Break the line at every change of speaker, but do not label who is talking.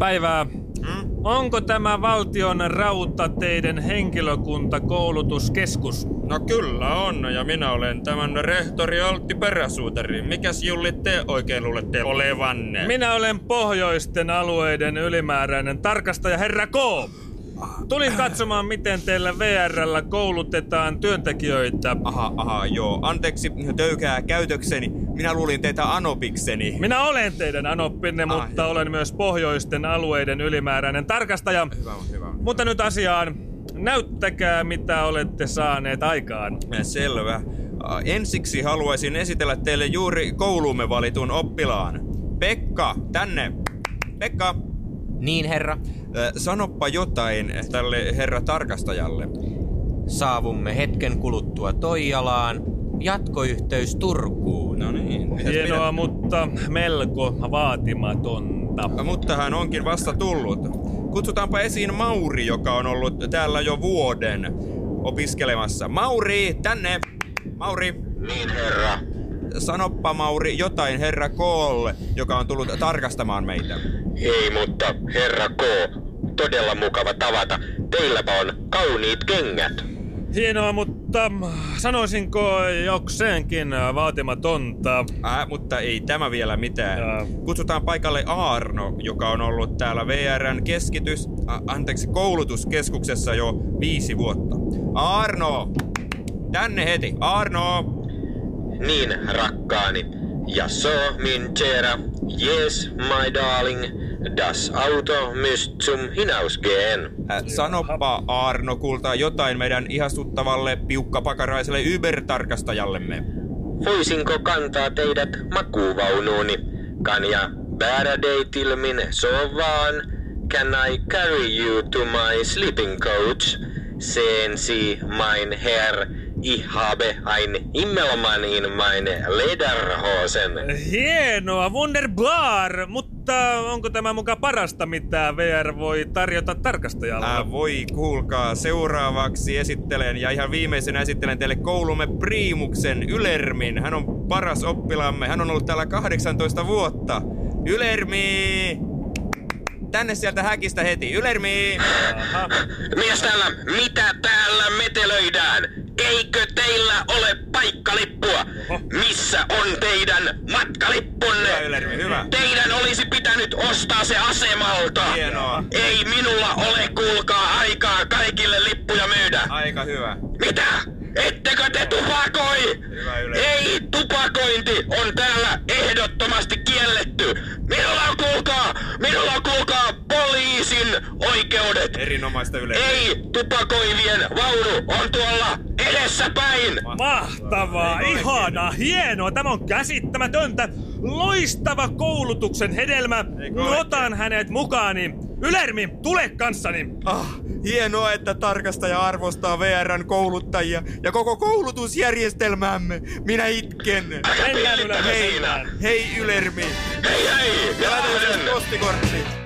Päivää. Onko tämä valtion rautateiden henkilökuntakoulutuskeskus?
No kyllä on, ja minä olen tämän rehtori Altti Peräsuuteri. Mikäs Julli te oikein luulette olevanne?
Minä olen pohjoisten alueiden ylimääräinen tarkastaja herra K. Tulin katsomaan, miten teillä VRllä koulutetaan työntekijöitä.
aha, aha, joo. Anteeksi töykää käytökseni. Minä luulin teitä anopikseni.
Minä olen teidän anoppinne,
Ah,
mutta
joo.
olen myös pohjoisten alueiden ylimääräinen tarkastaja.
Hyvä on, hyvä on.
Mutta nyt asiaan. Näyttäkää, mitä olette saaneet aikaan.
Eh, Selvä. Ä, Ensiksi haluaisin esitellä teille juuri kouluumme valitun oppilaan. Pekka, tänne. Pekka,
Niin, herra.
ä, sanoppa jotain tälle herra tarkastajalle.
Saavumme hetken kuluttua Toijalaan. Jatkoyhteys Turkuun.
No niin. mitäs
Hienoa, mutta melko vaatimatonta.
Mutta hän onkin vasta tullut. Kutsutaanpa esiin Mauri, joka on ollut täällä jo vuoden opiskelemassa. Mauri, tänne! Mauri!
Niin herra.
Sanoppa Mauri jotain herra Koolle, joka on tullut tarkastamaan meitä.
Ei, mutta herra K. Todella mukava tavata. Teilläpä on kauniit kengät.
Hienoa, mutta mm, sanoisinko jokseenkin vaatimatonta.
Äh, mutta ei tämä vielä mitään.
Jaa.
Kutsutaan paikalle Aarno, joka on ollut täällä VRn keskitys, a, anteeksi, koulutuskeskuksessa jo viisi vuotta. Aarno! Tänne heti! Aarno!
Niin rakkaani. Ja so min kära. Yes, my darling. Das Auto müsst zum hinausgehen.
Äh, Sanoppa Arno kultaa jotain meidän ihastuttavalle piukkapakaraiselle Uber-tarkastajallemme.
Voisinko kantaa teidät makuuvaunuuni? Kan ja bära dig till min sovvaan? Can I carry you to my sleeping coach? Sensi mein herr, ich habe ein Immelmann in meine Lederhosen.
Hienoa, wunderbar, mutta onko tämä muka parasta, mitä VR voi tarjota tarkastajalle?
Äh, voi kuulkaa, seuraavaksi esittelen ja ihan viimeisenä esittelen teille koulumme Priimuksen Ylermin. Hän on paras oppilamme, hän on ollut täällä 18 vuotta. Ylermi! Tänne sieltä häkistä heti, Ylermi!
Aha.
Mies täällä, mitä täällä metelöidään? Eikö teillä ole paikkalippua?
Oho.
Missä on teidän matkalippunne?
Hyvä Ylermi, hyvä!
Teidän olisi pitänyt ostaa se asemalta.
Hienoa,
Ei minulla ole kuulkaa aikaa kaikille lippuja myydä.
aika hyvä.
Mitä? Ettekö te tupakoi?
Hyvä Ylermi.
Ei, tupakointi on täällä ehdottomasti kielletty. Minulla on kuulkaa, minulla on kuulkaa poliisin oikeudet.
Erinomaista Ylermi.
Ei, tupakoivien vaunu on tuolla edessäpäin.
Mahtavaa,
Ei
ihanaa, hienoa, tämä on käsittämätöntä. Loistava koulutuksen hedelmä.
Eikö olekin?
Otan hänet mukaani. Ylermi, tule kanssani.
Ah, hienoa, että tarkastaja arvostaa VRn kouluttajia ja koko koulutusjärjestelmäämme. Minä itken.
Aika
Mennään
pielittävä
Ylermi.
siinä.
Hei Ylermi,
Hei hei, ja
ja lähetä
lähden.
siis postikortti.